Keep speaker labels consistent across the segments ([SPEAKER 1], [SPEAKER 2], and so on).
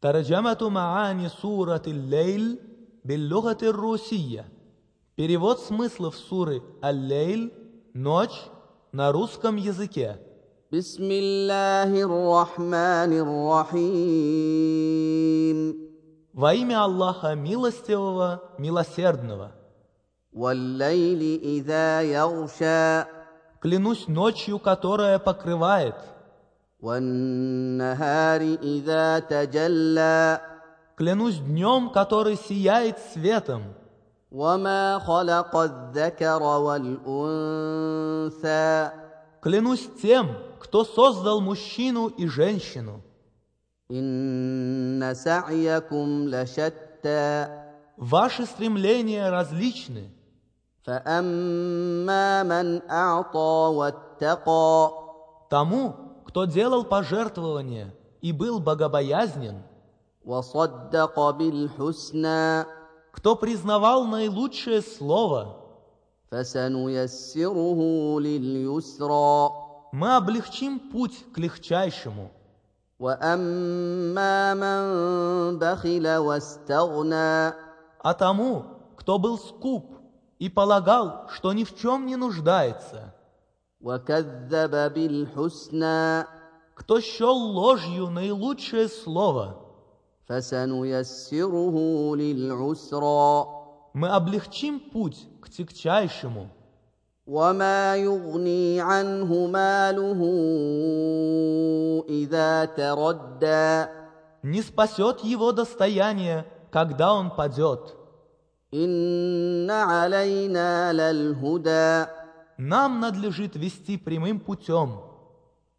[SPEAKER 1] Тарджамату маани сурат лейль биллюгати русия. Перевод смыслов суры «Аллейль» – «Ночь» на русском языке.
[SPEAKER 2] بسم الله الرحمن الرحيم
[SPEAKER 1] Во имя Аллаха Милостивого, Милосердного.
[SPEAKER 2] والليل إذا يغشى
[SPEAKER 1] Клянусь ночью, которая покрывает.
[SPEAKER 2] والنهار إذا تجلى
[SPEAKER 1] Клянусь днем, который сияет светом.
[SPEAKER 2] وما خلق الذكر والأنثى
[SPEAKER 1] Клянусь тем, кто создал мужчину и женщину.
[SPEAKER 2] إن سعيكم لشتى
[SPEAKER 1] Ваши стремления различны.
[SPEAKER 2] فأما من أعطى واتقى
[SPEAKER 1] Тому, кто делал пожертвования и был богобоязнен,
[SPEAKER 2] وصدق بالحسنى
[SPEAKER 1] кто признавал наилучшее слово,
[SPEAKER 2] فسنيسره لليسرى
[SPEAKER 1] мы облегчим путь к легчайшему.
[SPEAKER 2] وأما من بخل واستغنى
[SPEAKER 1] А тому, кто был скуп и полагал, что ни в чем не нуждается,
[SPEAKER 2] وكذب بالحسنى
[SPEAKER 1] кто счел ложью наилучшее слово,
[SPEAKER 2] فسنيسره للعسرى
[SPEAKER 1] мы облегчим путь к тягчайшему.
[SPEAKER 2] وما يغني عنه ماله إذا تردى
[SPEAKER 1] Не спасет его достояние, когда он падет.
[SPEAKER 2] إن علينا للهدى
[SPEAKER 1] Нам надлежит вести прямым путем.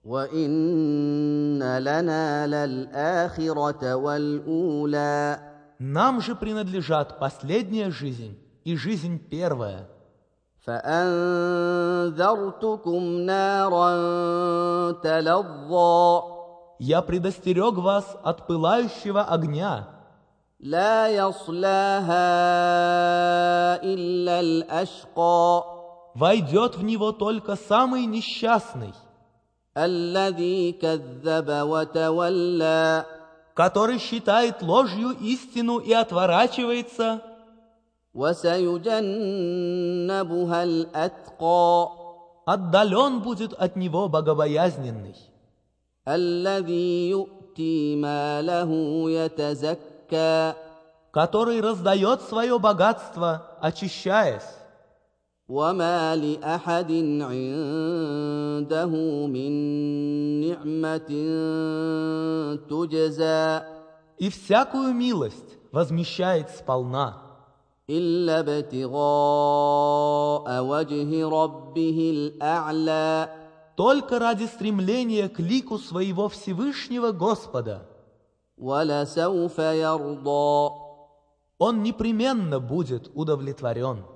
[SPEAKER 2] وإن لنا للآخرة والأولى
[SPEAKER 1] Нам же принадлежат последняя жизнь и жизнь первая.
[SPEAKER 2] فأنذرتكم نارا تلظى
[SPEAKER 1] Я предостерег вас от пылающего огня.
[SPEAKER 2] لا يصلاها إلا الأشقى
[SPEAKER 1] Войдет в него только самый несчастный,
[SPEAKER 2] الذي كذب وتولى
[SPEAKER 1] который считает ложью истину и отворачивается,
[SPEAKER 2] وسيجنبها الأتقى
[SPEAKER 1] отдален будет от него богобоязненный,
[SPEAKER 2] الذي يؤتي ماله يتزكى
[SPEAKER 1] который раздает свое богатство, очищаясь.
[SPEAKER 2] وما لأحد عنده من نعمة تجزى
[SPEAKER 1] И всякую милость возмещает сполна,
[SPEAKER 2] إلا ابتغاء وجه ربه الأعلى
[SPEAKER 1] только ради стремления к лику своего Всевышнего Господа.
[SPEAKER 2] ولسوف يرضى
[SPEAKER 1] Он непременно будет удовлетворен.